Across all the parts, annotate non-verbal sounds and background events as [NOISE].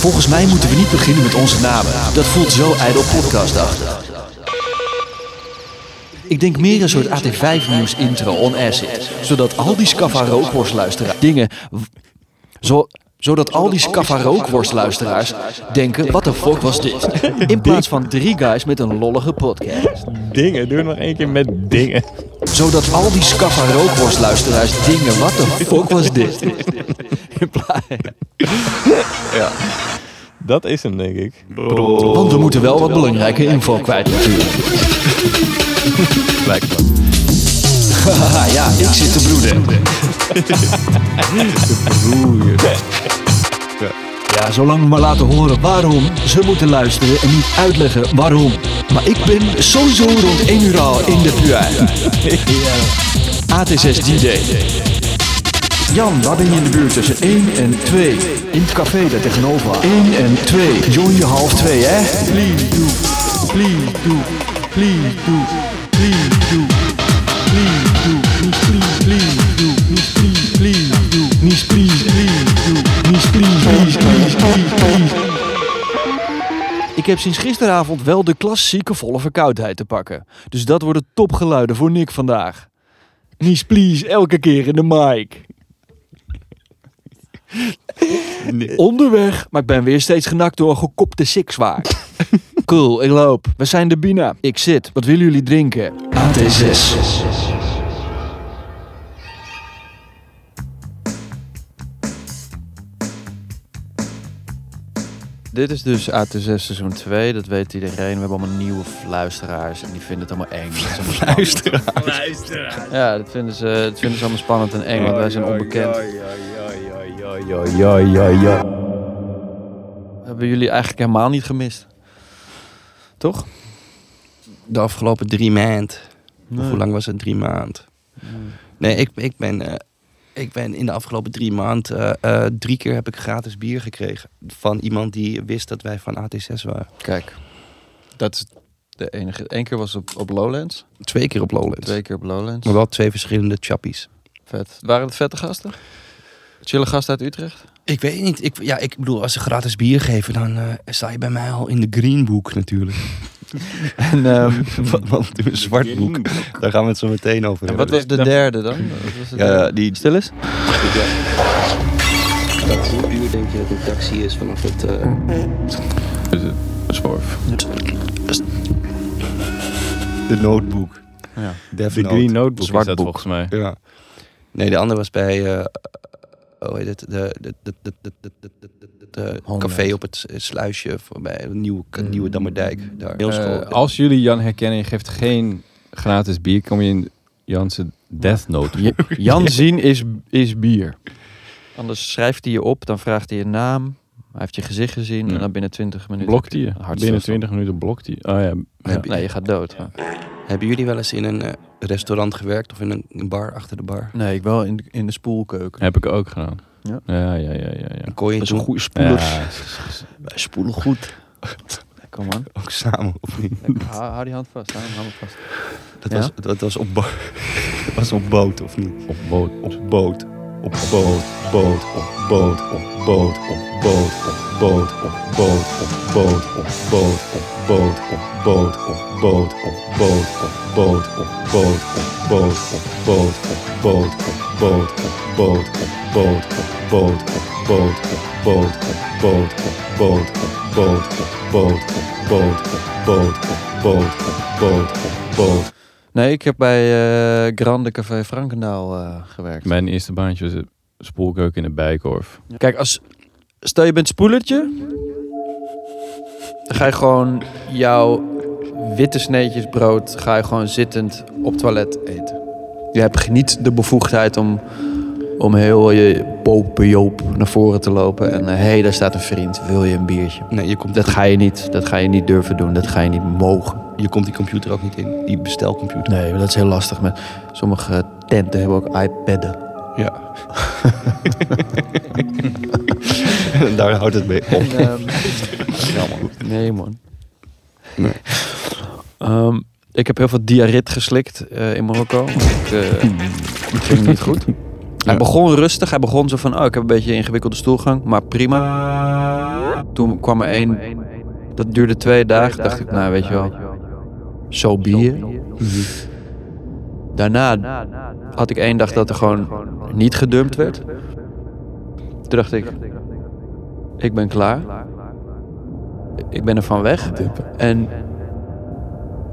Volgens mij moeten we niet beginnen met onze namen. Dat voelt zo ijdel podcastachtig. Ik denk meer een soort AT5 nieuws intro on acid. Zodat al die Scaffa rookworstluisteraars dingen... w- Zo, zodat al die Scaffa rookworstluisteraars denken... Wat de fuck was dit? In plaats van drie guys met een lollige podcast. Dingen, doe nog één keer met dingen. Zodat al die Scaffa rookworstluisteraars dingen... Wat de fuck was dit? In plaats... Dat is hem, denk ik. Want we moeten wel wat belangrijke info kwijt natuurlijk. Haha, ja, ik zit te broeden. Ja, zolang we maar laten horen waarom, ze moeten luisteren en niet uitleggen waarom. Maar ik ben sowieso rond 1 uur al in de puin. [LAUGHS] AT6 D-Day. Jan, waar ben je in de buurt tussen 1 en 2? In het café daar tegenover. 1 en 2. Join je half 2, hè? Please do. Please do. Please do. Please do. Please do. Please, please do. Please, please do. Please, please, please do. Please, please, please, please, please, please. Ik heb sinds gisteravond wel de klassieke volle verkoudheid te pakken. Dus dat worden topgeluiden voor Nick vandaag. Nies, please, elke keer in de mic. Onderweg, maar ik ben weer steeds genakt door een gekopte sikswaar. cool, ik loop. We zijn de Bina. Ik zit. Wat willen jullie drinken? AT6. Dit is dus AT6 seizoen 2, dat weet iedereen. We hebben allemaal nieuwe luisteraars en die vinden het allemaal eng. Dat is allemaal spannend. Ja, dat vinden, ze, dat vinden ze allemaal spannend en eng, want wij zijn onbekend. Hebben jullie eigenlijk helemaal niet gemist? Toch? de afgelopen drie maanden. Nee. Hoe lang was het? Drie maand. Nee, ik, ik, ben, eh, ik ben in de afgelopen drie maanden... eh, eh, drie keer heb ik gratis bier gekregen. Van iemand die wist dat wij van AT6 waren. Kijk, dat is de enige. Eén keer was op, op Lowlands, Twee keer op Lowlands. twee keer op Lowlands. Maar wel twee verschillende chappies. Vet. Waren het vette gasten? Chille gasten uit Utrecht? Ik weet niet. Ik, ja, ik bedoel, als ze gratis bier geven... dan eh, sta je bij mij al in de green book natuurlijk. [LAUGHS] En, ehm, Want want een zwart boek. Daar gaan we het zo meteen over en wat was de derde dan? Wat was de Ja, derde? die... Stil eens. Hoe duur denk je dat een taxi is vanaf het... eh, Smurf. De notebook. Ja. Death De Note. Green Notebook Zwart is dat boek. volgens mij. Ja. Nee, de andere was bij. eh hoe heet het? De, de, de, de, de, de, de, de, de, de- de Homeland. café op het eh, sluisje voorbij. de Nieuwe, Mm. nieuwe Dammerdijk. Daar. Eh, als jullie Jan herkennen, je geeft geen gratis bier, kom je in Janse Death Note. Ja, Jan zien is, is bier. Anders schrijft hij je op, dan vraagt hij je naam. Hij heeft je gezicht gezien Ja. en dan binnen 20 minuten... Blokt hij je? Hartstilstand. Binnen 20 minuten blokt hij je. Oh ja. ja. Heb je- Nee, je gaat dood. maar- Hebben jullie wel eens in een eh, restaurant gewerkt of in een, een bar achter de bar? Nee, ik wel in, de- in de spoelkeuken. Heb ik ook gedaan. Ja. Ja, ja, ja, ja. ja. En kon je Dat is een toen goede spoeler. Ja. Wij spoelen [LAUGHS] goed. Kom man. Ook samen, of niet? Lekker, hou, hou die hand vast. Hou hem hou hem vast. Dat, Ja? was, dat was op bar. [LAUGHS] Dat was op boot, of niet? Op boot. Op boot. Op boot, boot, op boot, op boot, op boot, op boot, op boot, op boot, op boot, op boot, op boot, op boot, op boot, op boot, op boot, op boot, op boot, op boot, op boot, op boot, op boot, op boot, op boot, op boot, op boot, op boot op boot op boot op boot op boot op boot op boot op boot op boot. Nee, ik heb bij eh, Grande Café Frankendaal eh, gewerkt. Mijn eerste baantje was spoelkeuken in de Bijkorf. Kijk, als, stel je bent spoelertje, dan ga je gewoon jouw witte sneetjes brood ga je gewoon zittend op toilet eten. Je hebt ge- niet de bevoegdheid om, om heel je popenjoop naar voren te lopen. En hé, hey, daar staat een vriend, wil je een biertje? Nee, je komt, Dat ga je niet, dat ga je niet durven doen, dat ga je niet mogen. je komt die computer ook niet in. Die bestelcomputer. Nee, maar dat is heel lastig. Met sommige tenten hebben ook iPadden. Ja. En [LAUGHS] Daar houdt het mee op. ehm, [LAUGHS] Nee, man. Ehm, ik heb heel veel diarit geslikt eh, in Marokko. Het [LAUGHS] eh, het ging niet goed. Hij begon rustig. Hij begon zo van, oh, ik heb een beetje een ingewikkelde stoelgang, maar prima. Toen kwam er één. Dat duurde twee dagen. Dacht ik, nou, weet je wel, zo bier. Daarna had ik één dag dat er gewoon niet gedumpt werd. Toen dacht ik, ik ben klaar. Ik ben er van weg. En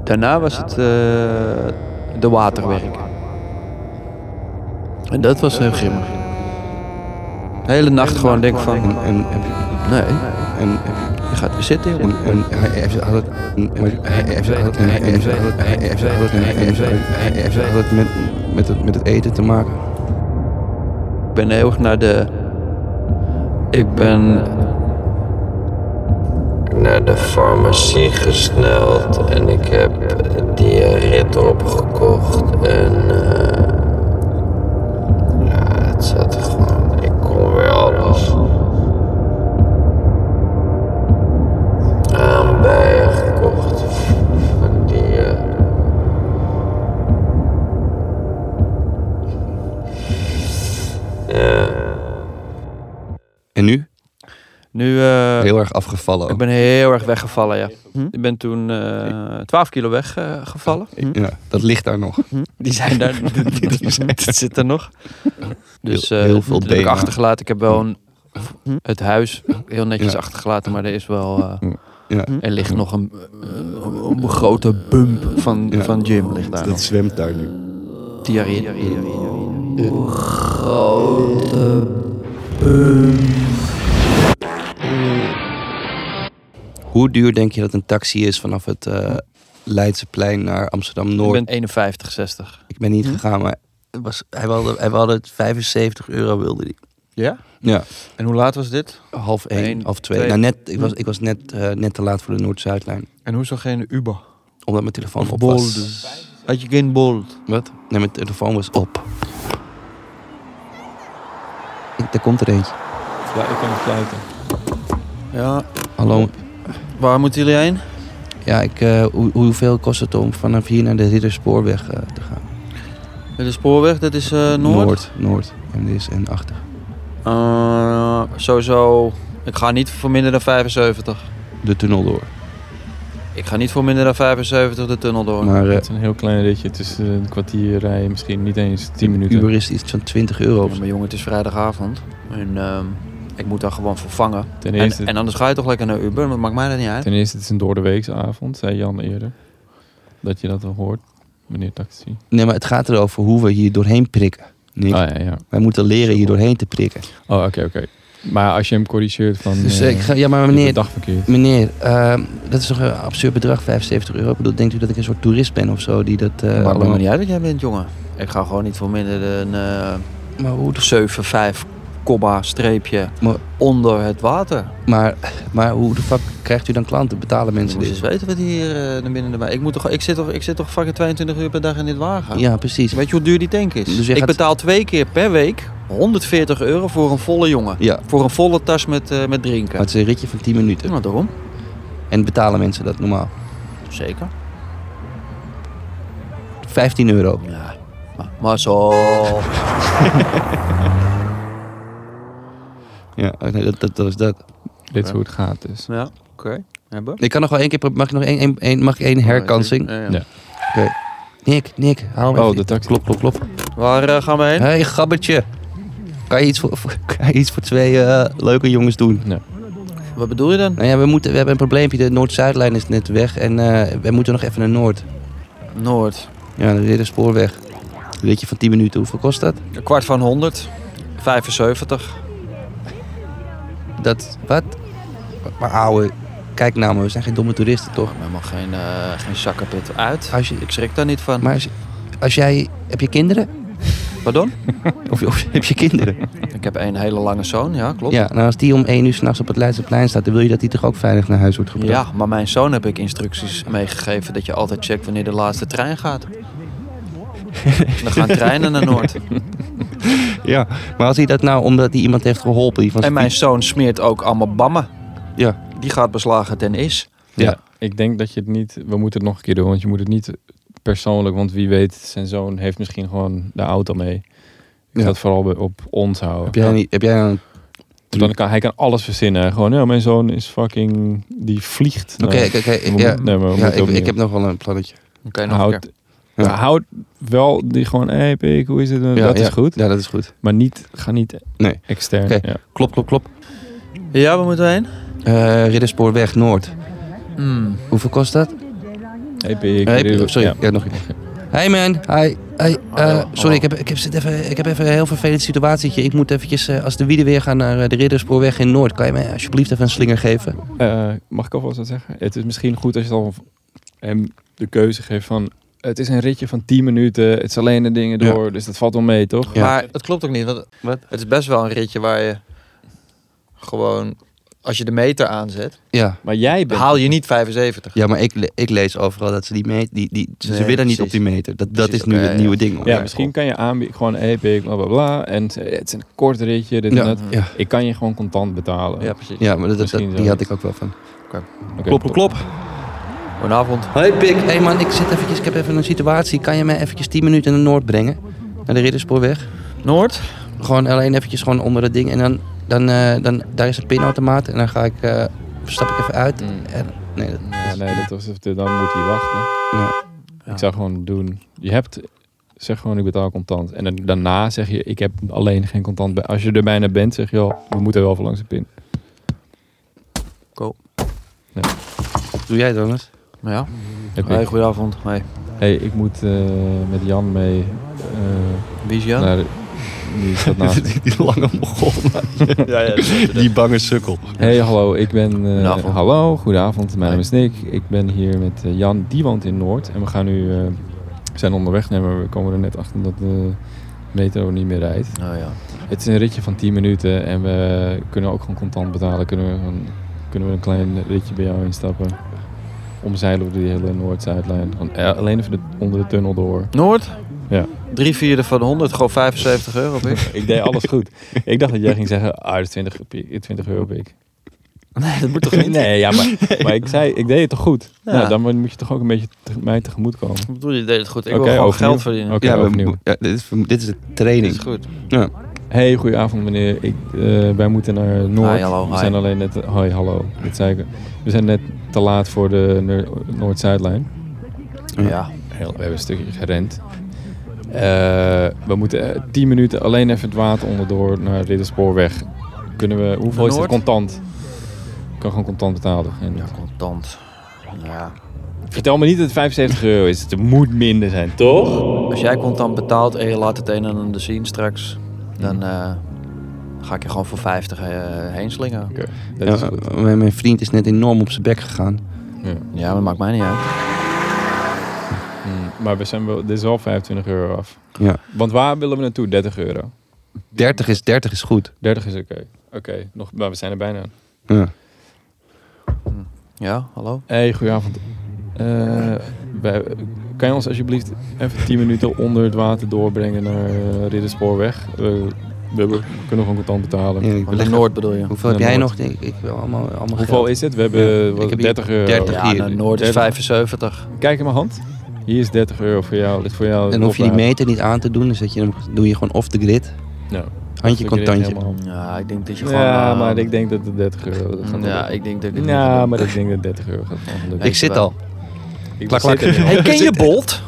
daarna was het eh, de waterwerk. En dat was heel grimmig. De hele nacht gewoon denk van, En, en, heb je- nee, en, heb je- je gaat weer zitten. en, jongen. en hij heeft altijd... en- en- Hij heeft altijd... en Hij heeft altijd... Hij heeft altijd... Hij heeft altijd... Hij heeft altijd met, met, het, met het eten te maken. Ik ben heel erg naar de... Ik ben naar de farmacie gesneld en ik heb diarit opgekocht en eh, ja, het zat gewoon, ik kon weer alles aan bijgekocht van die eh, En nu? nu... eh, Heel erg afgevallen. ik ook. ben heel erg weggevallen, ja. Ik ben toen eh 12 kilo weggevallen. Hm? Ja, dat ligt daar nog. Die zijn daar. [LAUGHS] Het zit er nog. Dus Heel- eh, heel veel dat heb ik benen. achtergelaten. Ik heb wel een, het huis heel netjes Ja. achtergelaten, maar er is wel. eh, Ja. er ligt nog een, eh, een grote bump van, Ja. van Jim ligt daar. Dat nog. zwemt daar nu. Diarree. Hoe duur denk je dat een taxi is vanaf het eh, Leidseplein naar Ik Amsterdam-Noord? ben 51, 60. Ik ben niet gegaan, maar Hm? het was, hij, wilde, hij wilde het 75 euro wilde die. Ja? Ja. En hoe laat was dit? Half één, Eén, half twee. twee. Nou, net, ik was, ik was net, eh, net te laat voor de Noord-Zuidlijn. En hoezo geen Uber? Omdat mijn telefoon op was. Bold. Had je geen bold? Wat? Nee, mijn telefoon was op. Daar komt er eentje. Ja, ik kan het fluiten. Ja. Hallo. Waar moeten jullie heen? Ja, ik, eh, hoe, hoeveel kost het om vanaf hier naar de Ridderspoorweg eh, te gaan? De spoorweg, dat is eh, Noord. Noord. Noord. En dit is N80. Eh, sowieso, ik ga niet voor minder dan 75. De tunnel door. Ik ga niet voor minder dan 75 de tunnel door. Maar eh, Het is een heel klein ritje. Het is eh, een kwartier rijden, misschien niet eens 10 minuten. Uber is iets van 20 euro. Ja, maar jongen, het is vrijdagavond. En ehm, ik moet daar gewoon vervangen. Ten En, eerste, en anders ga je toch lekker naar Uber, dat maakt mij dat niet uit. ten eerste, het is een doordeweeksavond, zei Jan eerder. Dat je dat al hoort, meneer Taxi. Nee, maar het gaat erover hoe we hier doorheen prikken. Nick. Ah ja, ja. Wij moeten leren hier doorheen te prikken. Oh, oké, oké. Maar als je hem corrigeert van... Dus eh, ik ga, ja, maar je hebt de meneer, dag verkeerd. meneer ehm, dat is toch een absurd bedrag, 75 euro. Ik bedoel, denkt u dat ik een soort toerist ben of zo? Die dat, eh, maar het maakt me allemaal- niet uit wat jij bent, jongen. Ik ga gewoon niet voor minder dan eh maar, hoe, 7, 5, komma, streepje Maar- onder het water. maar, maar hoe de fuck krijgt u dan klanten? Betalen Je mensen moet eens dit? weten wat hier eh, naar binnen erbij. Ik, moet toch, ik, zit toch, ik zit toch fucking 22 uur per dag in dit wagen. Ja, precies. Weet je hoe duur die tank is? Dus jij ik gaat- betaal twee keer per week 140 euro voor een volle jongen. Ja, maar Voor een volle tas met, eh, met drinken. het is een ritje van 10 minuten. Nou, daarom. En betalen mensen dat normaal? Zeker. 15 euro. Ja. Maar, maar zo. Ja, oh, nee, dat, dat, dat is dat. Dit is hoe het gaat dus. Ja, oké. Hebben. Ik kan nog wel één keer... pro- Mag ik nog één, één, één- mag ik één herkansing? Ja, ja. Ja. Nick, Nick, haal hem Oh, even. de taxi. Klop, klop, klop. Waar eh, gaan we heen? Hé, hey, gabbertje. Kan je iets voor, voor- kan je iets voor twee eh, leuke jongens doen? Nee. Wat bedoel je dan? Nou ja, we, moeten, we hebben een probleempje. De Noord-Zuidlijn is net weg. En eh, we moeten nog even naar Noord. Noord. Ja, dan weer de spoorweg. Weet je van 10 minuten hoeveel kost dat? Een kwart van 100. 75. Dat, wat? Maar ouwe, kijk nou maar, we zijn geen domme toeristen toch? Helemaal geen, eh, geen zakkenpit uit. Als je, Ik schrik daar niet van. maar als, als jij, heb je kinderen? Pardon? Of, of [LAUGHS] heb je kinderen? Ik heb een hele lange zoon, ja, klopt. Ja, nou als die om 1 uur s'nachts op het Leidseplein staat, dan wil je dat die toch ook veilig naar huis wordt gebracht? Ja, maar mijn zoon heb ik instructies meegegeven dat je altijd checkt wanneer de laatste trein [LAUGHS] gaat. Dan gaan treinen naar Noord. Ja, maar als hij dat nou omdat hij iemand heeft geholpen, die van En zijn mijn zoon smeert ook allemaal bammen. Ja. Die gaat beslagen ten is. Ik denk dat je het niet... We moeten het nog een keer doen, want je moet het niet persoonlijk... Want wie weet, zijn zoon heeft misschien gewoon de auto mee. Ik Ja. dat vooral be- op ons houden. Heb jij, niet, heb jij een... Dan kan, hij kan alles verzinnen. Gewoon, ja, mijn zoon is fucking... Die vliegt. Oké, Nee, oké, oké, we ja, moeten- nee, maar we ja moeten ik, opnieuw. ik heb nog wel een plannetje. Dan kan je nog een Houd, keer. Ja. maar houd wel die gewoon... Hé, hey, pik, hoe is het? Ja, dat ja, is goed. Ja, dat is goed. Maar niet, ga niet Nee. extern. Oké. Ja. Klop, klop, klop. Ja, we moeten heen. Eh Ridderspoorweg Noord. Hmm. Hoeveel kost dat? Hey, pik, Hey, dit- sorry, ja. ja. nog een keer. Hey man, hi. Hey, eh, Hallo, hallo. sorry, ik heb, ik, heb, zit even, ik heb even een heel vervelend situatietje. Ik moet eventjes, eh, als de wieden weer gaan naar eh, de Ridderspoorweg in Noord, kan je mij alsjeblieft even een slinger geven? Eh, mag ik alvast wat zeggen? Het is misschien goed als je dan hem de keuze geeft van... Het is een ritje van 10 minuten. Het is alleen de dingen Ja. door. Dus dat valt wel mee, toch? Ja. Maar dat klopt ook niet. Want Wat? Het is best wel een ritje waar je gewoon, als je de meter aanzet, Ja. Maar jij bent... haal je niet 75. Ja, maar ik, le- ik lees overal dat ze die meet, die, die, ze, ze Nee, willen niet precies. op die meter. Dat, dat Precies, is nu oké, het ja. nieuwe ding. hoor. Ja, misschien kan je aanbieden gewoon epic, bla bla bla. En het het is een kort ritje, dit en Ja, dat. ja. Ik kan je gewoon contant betalen. Ja, precies. ja maar dat, dat- Misschien die zoiets. had ik ook wel van. Oké, Klop, klop, top. klop. Goedenavond. Hey pik. Hey man, ik zit eventjes, ik heb even een situatie. Kan je mij eventjes 10 minuten naar Noord brengen? Naar de Ridderspoorweg? Noord? Gewoon alleen eventjes gewoon onder dat ding. En dan, dan, eh, dan daar is een pinautomaat. En dan ga ik, eh, stap ik even uit. Mm. En, nee, dat, Ja, nee, dat was, dan moet hij wachten. Ja. Ik zou gewoon doen... Je hebt... Zeg gewoon, ik betaal contant. En dan, daarna zeg je, ik heb alleen geen contant. bij- Als je er bijna bent, zeg je, joh, we moeten wel voor langs de pin. doe jij dan eens? Ja. Heb Hey, ik. goedenavond. Hey. Hey, ik moet eh, met Jan mee eh, Wie is Jan? naar de... Wie [LAUGHS] is dat nou? Die lange mogol. Ja, ja, Die bange sukkel. Hey, hallo, ik ben... eh, Goedenavond. hallo, goedenavond. Mijn naam is Nick. Ik ben hier met eh, Jan, die woont in Noord. En we gaan nu... eh, we zijn onderweg, nee, maar we komen er net achter dat de metro niet meer rijdt. Oh, ja. Het is een ritje van 10 minuten en we kunnen ook gewoon contant betalen. Kunnen we, gewoon- kunnen we een klein ritje bij jou instappen. Omzeilen we die hele Noord-Zuidlijn. Gewoon, eh, Alleen even de, onder de tunnel door. Noord? Ja. Drie vierde van de 100, gewoon 75 euro. pik. [LAUGHS] Ik deed alles goed. Ik dacht dat jij ging zeggen, ah, dat is 20, pie- 20 euro pik. [LAUGHS] Nee, dat moet toch niet? [LAUGHS] Nee, ja, maar, maar ik zei, ik deed het toch goed? Ja. Nou, dan moet je toch ook een beetje te, mij tegemoet komen. Ik bedoel, je deed het goed. Ik Oké, wil gewoon overnieuw. geld verdienen. Oké, ja, overnieuw. we, ja, dit, is, dit is de Dat training. is goed. Hey, goedenavond meneer. Ik, eh, wij moeten naar Noord. Hi, hallo, we hi. zijn alleen net... Hoi, hallo. Dat zei ik. We zijn net te laat voor de Noor- Noord-Zuidlijn. Ja. Heel, we hebben een stukje gerend. Eh, we moeten eh, 10 minuten alleen even het water onderdoor naar Ridderspoorweg. Kunnen we... Hoeveel is het Noord? contant? Ik kan gewoon contant betalen. En- Ja, contant. Ja. Vertel me niet dat het 75 euro is. Het moet minder zijn, toch? Als jij contant betaalt en je laat het een en ander zien straks, dan Mm. eh, ga ik je gewoon voor 50 eh, heen slingen. Dat is Ja, goed. mijn mijn vriend is net enorm op zijn bek gegaan. Ja, maar dat maakt mij niet uit. Mm, Maar we zijn wel, dit is wel 25 euro af. Ja. Want waar willen we naartoe? 30 euro. 30 is, 30 is goed. 30 is oké. Oké, nog, maar we zijn er bijna. Ja. Ja, hallo? hey, goedenavond. Eh, wij- kan je ons alsjeblieft even 10 minuten onder het water doorbrengen naar eh, Ridderspoorweg? Eh, we hebben- we kunnen gewoon contant betalen. Ja, ik Van de beleg- Noord bedoel je? Hoeveel Naar heb jij Noord. nog? Ik, ik wil allemaal, allemaal Hoeveel geld. is het? We hebben Ja, wat, ik heb hier 30 euro. 30. Ja, naar Noord is 75. Kijk in mijn hand. Hier is 30 euro voor jou. Dit voor jou. Dan hoef je die meter niet aan te doen. Dan zet je hem, doe je gewoon off the grid. Ja. Handje contantje. Ja, ik denk dat je gewoon... Ja, eh, maar ik denk dat het 30 euro dat gaat Ja, lukken. ik denk dat ik dit niet ga Ja, doen. maar ik denk dat 30 euro gaat gewoon lukken. Ik zit al. Ik [LAUGHS] Klak, zit klak. er niet Hey, ken je Bolt?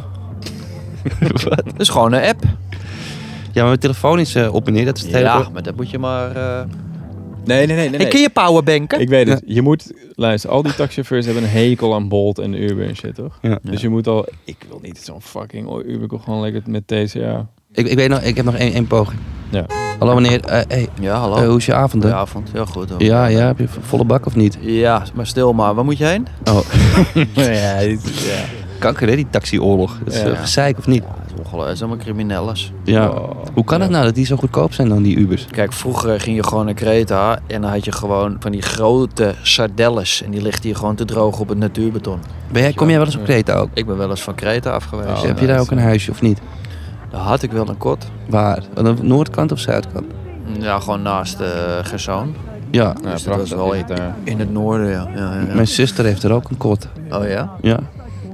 Dat is gewoon een app. Ja, maar mijn telefoon is eh, op en neer. Dat is het hele Ja, pro- maar dat moet je maar... eh, Nee, nee, nee. nee, Ik ken je powerbanken. Ik weet het. Je moet, luister, al die taxichauffeurs hebben een hekel aan Bolt en Uber en shit, toch? Ja. Dus je moet al, ik wil niet zo'n fucking oh, Uber, ik wil gewoon lekker met TCA. Ik, ik, weet nog, ik heb nog één, één poging. Ja. Hallo meneer, eh, hey, Ja, hallo. eh, hoe is je avond? hè? Goedenavond. Heel goed. hoor. Oh, Ja, ja, heb je vo- volle bak of niet? Ja, maar stil maar. Waar moet je heen? [LAUGHS] Oh, ja, ja. kanker hè, die taxioorlog. Dat is Ja. eh, gezeik of niet? Ja, het is ongelooflijk. Het is allemaal criminelles. Ja. Oh. Hoe kan het nou dat die zo goedkoop zijn dan, die Ubers? Kijk, vroeger ging je gewoon naar Kreta en dan had je gewoon van die grote sardelles. En die ligt hier gewoon te droog op het natuurbeton. Ben jij, kom jij wel eens op Kreta ook? Ik ben wel eens van Kreta af geweest. Oh, heb je daar ook een huisje of niet? Daar had ik wel een kot. Waar? Aan de noordkant of zuidkant? Ja, gewoon naast eh Gersoon. Ja. Ja, Dus dat prachtig. is wel is echt- het daar. In het noorden, ja. ja, ja, ja. Mijn zuster heeft er ook een kot. Oh ja? Ja.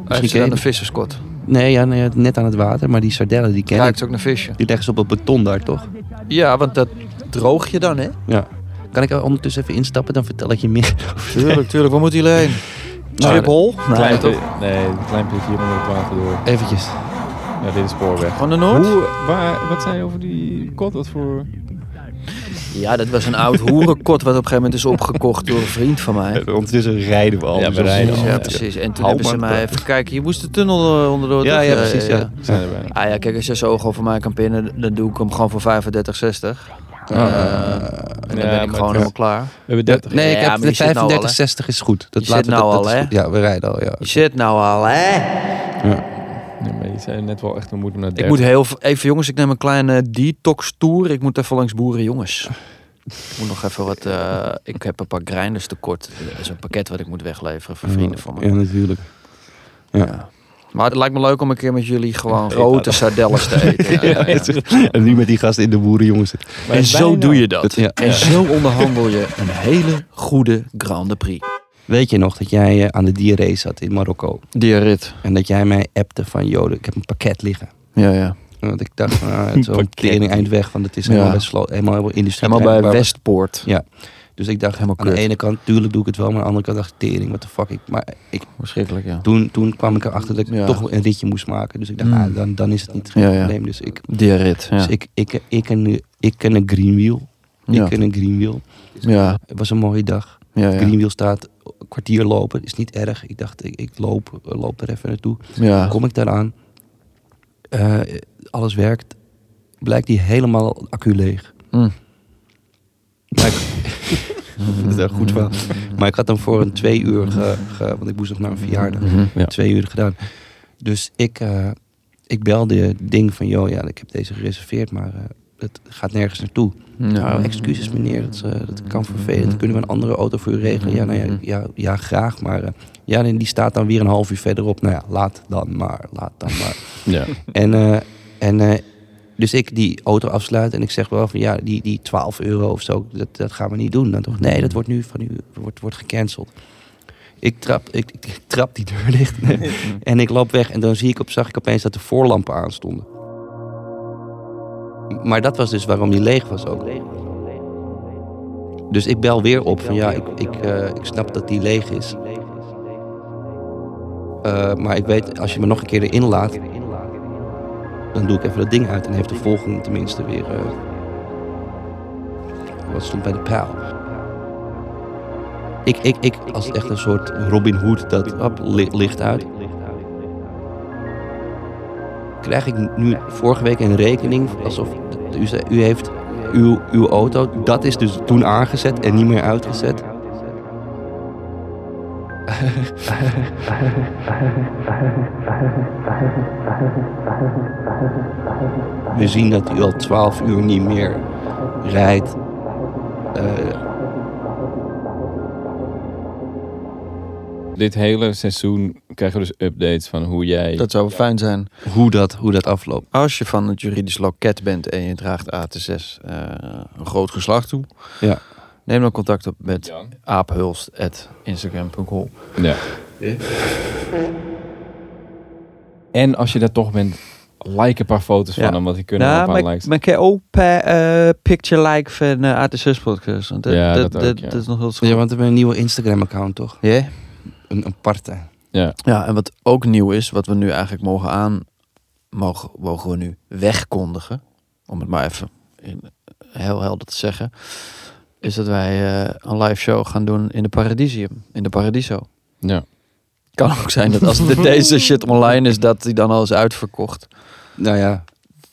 Misschien ken je dan een die. visserskot. Nee, ja, nee, net aan het water, maar die sardellen die ken ik. Ruikt ook naar visje. Die leggen ze op het beton daar, toch? Ja, want dat droog je dan, hè? Ja. Kan ik er ondertussen even instappen? Dan vertel ik je meer. [LAUGHS] Tuurlijk, tuurlijk. Waar moet jullie heen? Nou, Schiphol? Klein, Nee, toch? pu- nee, een klein plekje hier onder het water door. Eventjes. Ja, dit is spoorweg. Van de Noord? Hoe, waar, wat zei je over die kot? Wat voor... Ja, dat was een oud hoerenkot wat op een gegeven moment is opgekocht door een vriend van mij. Ondertussen rijden we al. Ja, dus we dat is rijden niet al. Ja, ja. precies. En toen Hou hebben ze maar. mij even kijken. Je moest de tunnel eh, onderdoor. Ja, toch? ja, precies, ja. We zijn er bijna. Ah ja, kijk, als je zo'n ogen over mij kan pinnen, dan doe ik hem gewoon voor 35, 60. Ah. Eh, en dan ben Ja, maar ik het gewoon is- helemaal klaar. We hebben 30. Nee, ik Ja, heb maar je de zit nou al, hè? 3560 is goed. Dat Je laten zit we, nou dat, al, dat is hè? goed. Ja, we rijden al, ja. Je zit nou al, hè? Nee, maar je zei net wel echt, we moeten naar Ik 30. moet heel v- even, jongens, ik neem een kleine detox-tour. Ik moet even langs boeren, jongens. Ik moet nog even wat... eh, ik heb een paar grinders tekort. Dat is een pakket wat ik moet wegleveren voor vrienden van me. Ja, natuurlijk. Maar het lijkt me leuk om een keer met jullie gewoon grote [LAUGHS] sardelles te eten. Ja, [LAUGHS] ja, ja. En nu met die gast in de boerenjongens. Maar En zo bijna. doe je dat. Ja. En zo onderhandel je een hele goede Grande Prix. Weet je nog dat jij eh, aan de diarree zat in Marokko? Diarrit. En dat jij mij appte van, joh, ik heb een pakket liggen. Ja, ja. En Dat ik dacht, van, ah, het is wel een Pakket. tering eind weg, want het is Ja. helemaal bij, slo- helemaal bij industrie. Helemaal bij waar we- Westpoort. Dus ik dacht, Helemaal aan de kut. ene kant, tuurlijk doe ik het wel, maar aan de andere kant dacht ik, tering, wat de fuck. Ik, maar ik, Verschrikkelijk, ja. toen, toen kwam ik erachter dat ik Ja. toch een ritje moest maken. Dus ik dacht, Mm. ah, dan, dan is het niet geen Ja, ja. probleem. Dus ik, Diarrit, ja. dus ik, ik, ik, ken, ik ken een greenwheel. Ja. Ik ken een greenwheel. Ja, Het was een mooie dag. ja, ja. Greenwheel staat, een kwartier lopen, is niet erg. Ik dacht, ik, ik loop, eh, loop er even naartoe. ja. Kom ik daaraan, eh, alles werkt. Blijkt die helemaal accu leeg. Mm. Maar ik, [LAUGHS] dat is echt goed verhaal. Maar ik had hem voor een twee uur, ge- ge- want ik moest nog naar een verjaardag, Mhm. Ja. twee uur gedaan. Dus ik, eh, ik belde het ding van, joh, ja, ik heb deze gereserveerd, maar eh, het gaat nergens naartoe. Mm. Nou, excuses meneer, dat, eh, dat kan vervelend. Kunnen we een andere auto voor u regelen? Ja, nou ja, ja, ja graag, maar... eh, ja, en die staat dan weer een half uur verderop. Nou ja, laat dan maar, laat dan maar. Ja. en eh, en eh, dus ik die auto afsluit en ik zeg wel van... Ja, die, die 12 euro of zo, dat, dat gaan we niet doen. Dan toch, nee, dat wordt nu van u, wordt, wordt gecanceld. Ik trap, ik, ik trap die deur dicht [LAUGHS] en ik loop weg. En dan zie ik op, zag ik opeens dat de voorlampen aanstonden. Maar dat was dus waarom die leeg was ook. Dus ik bel weer op van ja, ik, ik, eh, ik snap dat die leeg is. Eh, maar ik weet, als je me nog een keer erin laat, dan doe ik even dat ding uit. En heeft de volgende tenminste weer. eh, wat stond bij de paal. Ik, ik, ik, als echt een soort Robin Hood, dat hop, li- licht uit. Krijg ik nu vorige week een rekening alsof u, zei, u heeft uw, uw auto, dat is dus toen aangezet en niet meer uitgezet. We zien dat u al 12 uur niet meer rijdt. Eh, Dit hele seizoen krijgen we dus updates van hoe jij... Dat zou wel fijn zijn. hoe, dat, hoe dat afloopt. Als je van het juridisch loket bent en je draagt AT6 eh, een groot geslacht toe, Ja. neem dan contact op met Ja. aaphulst.instagram.com. Ja. En als je daar toch bent, like een paar foto's Ja. van hem, want die kunnen wel Nou, een maar, paar maar likes. ik heb ook per eh, picture like van eh, AT6 podcast. Want dat, Ja, dat, dat ook, dat- ja. dat is nog wel Ja, schoon. want we hebben een nieuwe Instagram-account, toch? Ja, Een aparte. Ja, en wat ook nieuw is, wat we nu eigenlijk mogen aan, mogen, mogen we nu wegkondigen, om het maar even in, heel helder te zeggen. is dat wij eh, een live show gaan doen in de Paradisium, in de Paradiso. Ja. Kan ook zijn dat als [LAUGHS] de, deze shit online is, dat die dan al is uitverkocht. Nou ja,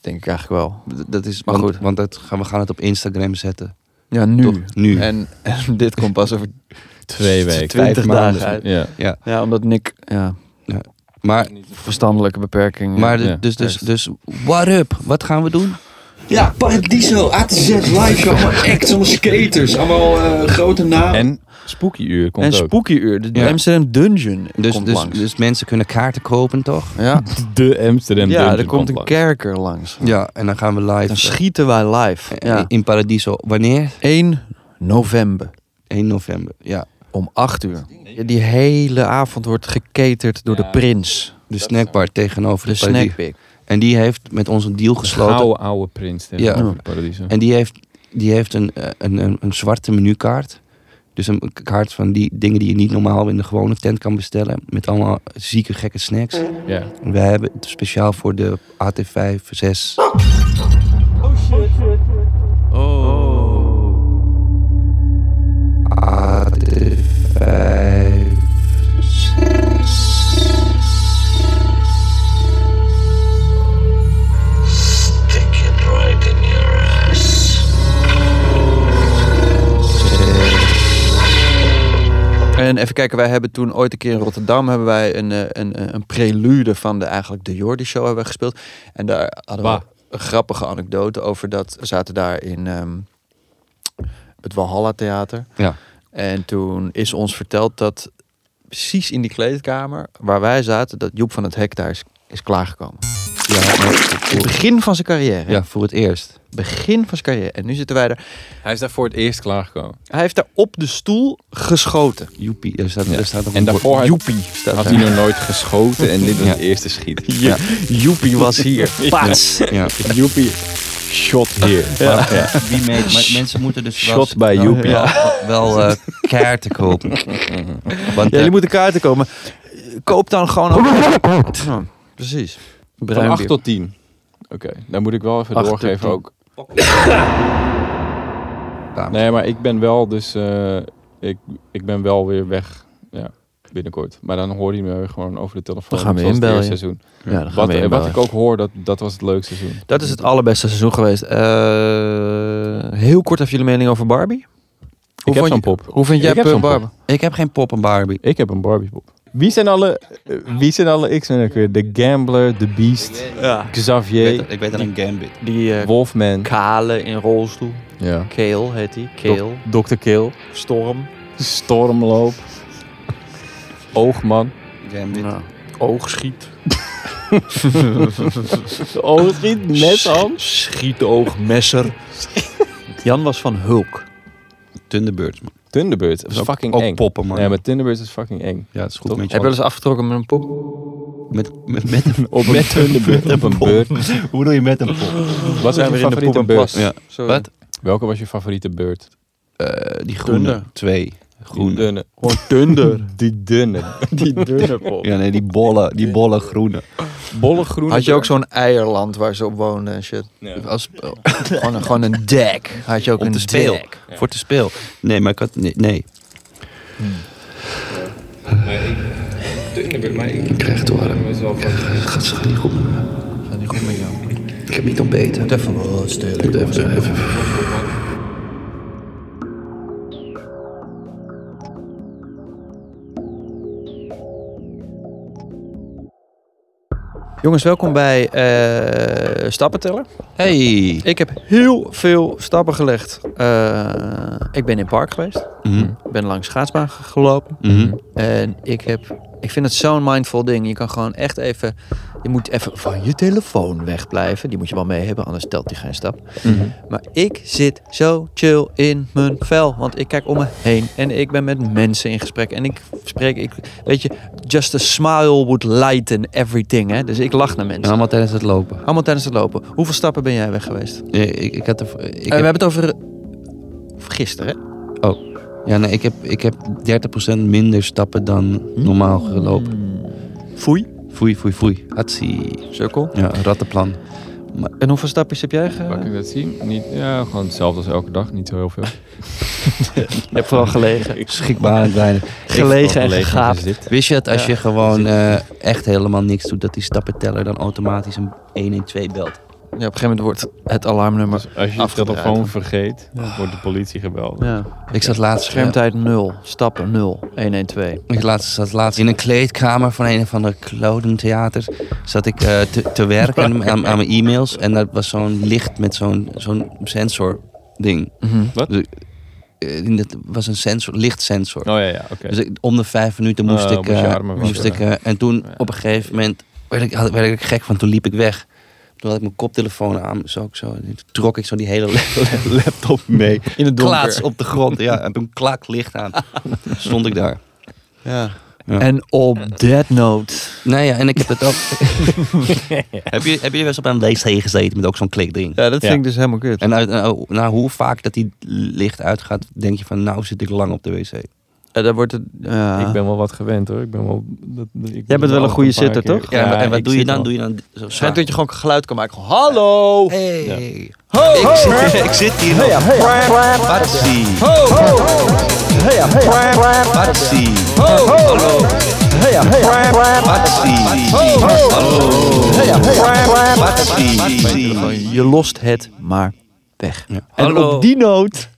Denk ik eigenlijk wel. d- dat is Maar want, goed. Want dat gaan, we gaan het op Instagram zetten. Ja, nu. Toch? Nu. En, en dit komt pas over Twee weken. 20 dagen maanden. uit. Ja. Ja, omdat Nick, ja, Maar, verstandelijke beperking. maar Ja, dus, dus, dus, what up? Wat gaan we doen? Ja, Paradiso, A tot Z live show. Allemaal acts, allemaal skaters, allemaal eh, grote namen. En Spooky Uur komt en ook. Spooky Uur, de Ja. Amsterdam Dungeon Dus, komt dus, langs. dus mensen kunnen kaarten kopen, toch? ja, De Amsterdam ja Dungeon er komt een langs. kerker langs. Ja, en dan gaan we Dan live eh, schieten wij live. eh, Ja. in Paradiso. Wanneer? 1 november 1 november. Ja. om 8 uur. Die hele avond wordt geketerd door de prins. De snackbar tegenover De de, Paradiso. snackpick. En die heeft met ons een deal gesloten. Oude, oude prins. Ja. Ja. Paradiso. En die heeft, die heeft een, eh, een, een, een zwarte menukaart. Dus een kaart van die dingen die je niet normaal in de gewone tent kan bestellen. Met allemaal zieke gekke snacks. Ja. En wij hebben het speciaal voor de AT5, 6. Oh. AT5, 6. Stick it right in your ass. En even kijken, wij hebben toen ooit een keer in Rotterdam hebben wij een, eh, een, een- een prelude van de, eigenlijk de Jordi Show hebben we gespeeld. En daar hadden we Waar? een grappige anekdote over. Dat we zaten daar in ehm, het Walhalla Theater. Ja. En toen is ons verteld dat precies in die kleedkamer waar wij zaten, dat Joep van het Hek daar is, is klaargekomen. Ja, maar Het voor, begin van zijn carrière. hè? ja, voor het eerst. Begin van zijn carrière. En nu zitten wij daar. Hij is daar voor het eerst klaargekomen. Hij heeft daar op de stoel geschoten. Joepie, er staat, er staat nog En een woord. daarvoor had, Joepie staat had daar. hij nog nooit geschoten. En dit was het eerste schiet. Ja. Joepie was [LAUGHS] hier. Paats. Ja. Joepie. Shot hier. Maar, wie mee- maar mensen moeten dus wel, Shot bij wel- Joepie. wel, wel, eh, kaarten [LAUGHS] kopen. Want Ja, eh, jullie moeten kaarten komen. Koop dan gewoon... ook- Ja, Precies. Van Bruin 8 bier. tot 10. Oké, dan moet ik wel even Acht tot doorgeven tien. ook. Nee, maar ik ben wel dus... eh, ik, ik ben wel weer weg. Ja, binnenkort. Maar dan hoor je me gewoon over de telefoon. Dan gaan we zoals het inbellen, eerste seizoen. Ja, dan gaan Wat, we wat inbellen. ik ook hoor, dat, dat was het leukste seizoen. Dat is het allerbeste seizoen geweest. Eh, heel kort even jullie mening over Barbie. Hoe heb vond zo'n je- pop. Hoe vind jij Ik heb Pe- zo'n pop. Barbie? ik heb geen pop en Barbie. Ik heb een Barbie pop. Wie zijn alle, eh, wie zijn alle X-Men ook weer? De Gambler, de Beast, Ja. Ik Xavier, weet, ik weet alleen Gambit. Die eh, Wolfman. kale in rolstoel. Ja. Kale heet die. Kale. Dr. Kill, Storm. Stormloop, Oogman. Gambit. Nou, Oogschiet. Oogschiet, Sch- Schietoogmesser. [LAUGHS] Jan was van Hulk. Thunderbirds. man. Thunderbirds, dat is Ook- fucking ook eng. poppen, man. Ja, maar Thunderbirds is fucking [LAUGHS] eng. Ja, het is goed Toch? met je. Heb je wel eens afgetrokken met een pop? Met, met, met een Op met Thunderbird, op een beurt. [LAUGHS] Hoe doe je met een pop? Wat was je favoriete beurt? Ja. Sorry. Wat? Welke was je favoriete beurt? Eh, die groene. Dunne. Twee. Die Groene. dunne. Gewoon Thunder. [LAUGHS] Die dunne. [LAUGHS] Die dunne pop. Ja, nee, die bollen. Die bollen groene. Bolle groene. Had je ook zo'n eierland waar ze op woonden en shit? Als, oh, gewoon, een, gewoon een dek. Had je ook Om een te speel. dek. Voor te speel. Nee, maar ik had... Nee. nee. Hmm. Ik krijg het warm. Het gaat, het gaat niet goed met me. Ik heb niet ontbeten. Ik moet even wat stil. even, even. Jongens, welkom bij eh Stappenteller. Hey. Ik heb heel veel stappen gelegd. Eh, ik ben in het park geweest. Mhm. Ik ben langs schaatsbaan ge- gelopen. En ik heb... Ik vind het zo'n mindful ding. Je kan gewoon echt even... Je moet even van je telefoon wegblijven. Die moet je wel mee hebben, anders telt die geen stap. Mhm. Maar ik zit zo chill in mijn vel. Want ik kijk om me heen en ik ben met mensen in gesprek. En ik spreek... Ik, weet je, just a smile would lighten everything. Hè? Dus ik lach naar mensen. Allemaal tijdens het lopen. Allemaal tijdens het lopen. Hoeveel stappen ben jij weg geweest? Nee, ik, ik had er, ik Eh, heb- We hebben het over eh, gisteren. hè? Ja, nee, ik heb, ik heb 30% minder stappen dan Hm? normaal gelopen. Hmm. Foei. Foei, foei, foei. Hatsie. Sukkel. Ja, rattenplan. Maar- En hoeveel stapjes heb jij Waar kan ik gedaan? dat zien? Niet, ja, gewoon hetzelfde als elke dag. Niet zo heel veel. Je hebt vooral [LAUGHS] gelegen. Schrikbarend weinig. Gelegen dus- en gegaapt. Zit. Wist je het als Ja. je gewoon eh, echt helemaal niks doet, dat die stappenteller dan automatisch een 112 belt? Ja, op een gegeven moment wordt het alarmnummer. Dus als je je Afgedraaid. telefoon vergeet, wordt de politie gebeld. Ja. Ik zat laatst, eh, Schermtijd 0, stappen 0, 112. ik laatst, zat laatst in een kleedkamer van een of andere klodentheaters. Zat ik eh, te, te werken aan, aan, aan mijn e-mails en dat was zo'n licht met zo'n zo'n sensor ding. Mhm. Wat? Dus, eh, dat was een sensor, lichtsensor. Oh ja, ja, oké. Dus ik, om de vijf minuten moest Oh, ik... moest je eh, armen moest ik wassen. eh, en toen Ja. op een gegeven moment werd ik, had, werd ik gek van. Toen liep ik weg. Toen had ik mijn koptelefoon aan. Zo, ik zo, toen trok ik zo die hele la- laptop mee. In het donker. Klaats op de grond. Ja, en toen klak licht [LAUGHS] aan. Stond ik daar. Ja. Ja. En op that note. Nou ja, en ik heb het ook... heb, je, heb je wel eens op een wc gezeten met ook zo'n klikding? Ja, dat vind Ja. ik dus helemaal kut. En uit, nou, nou, hoe vaak dat die licht uitgaat, denk je van nou zit ik lang op de wc. Ja, Eh, daar wordt het. ja. Ik ben wel wat gewend hoor. Ik ben wel, dat, dat- ik bent wel doe dat een goede een paar zitter, keer. toch? Ja, en wat- en wat ik doe je zit dan? wel. Doe je dan zo Schijnt zwaar? dat je gewoon geluid kan maken. Gewoon, hallo! Hey. Ho! Ik, zit, ik zit hier nog. Patsie. Patsie. Hallo. Patsie. Hallo. Patsie. Je lost het maar weg. Ja. En Hallo. op die noot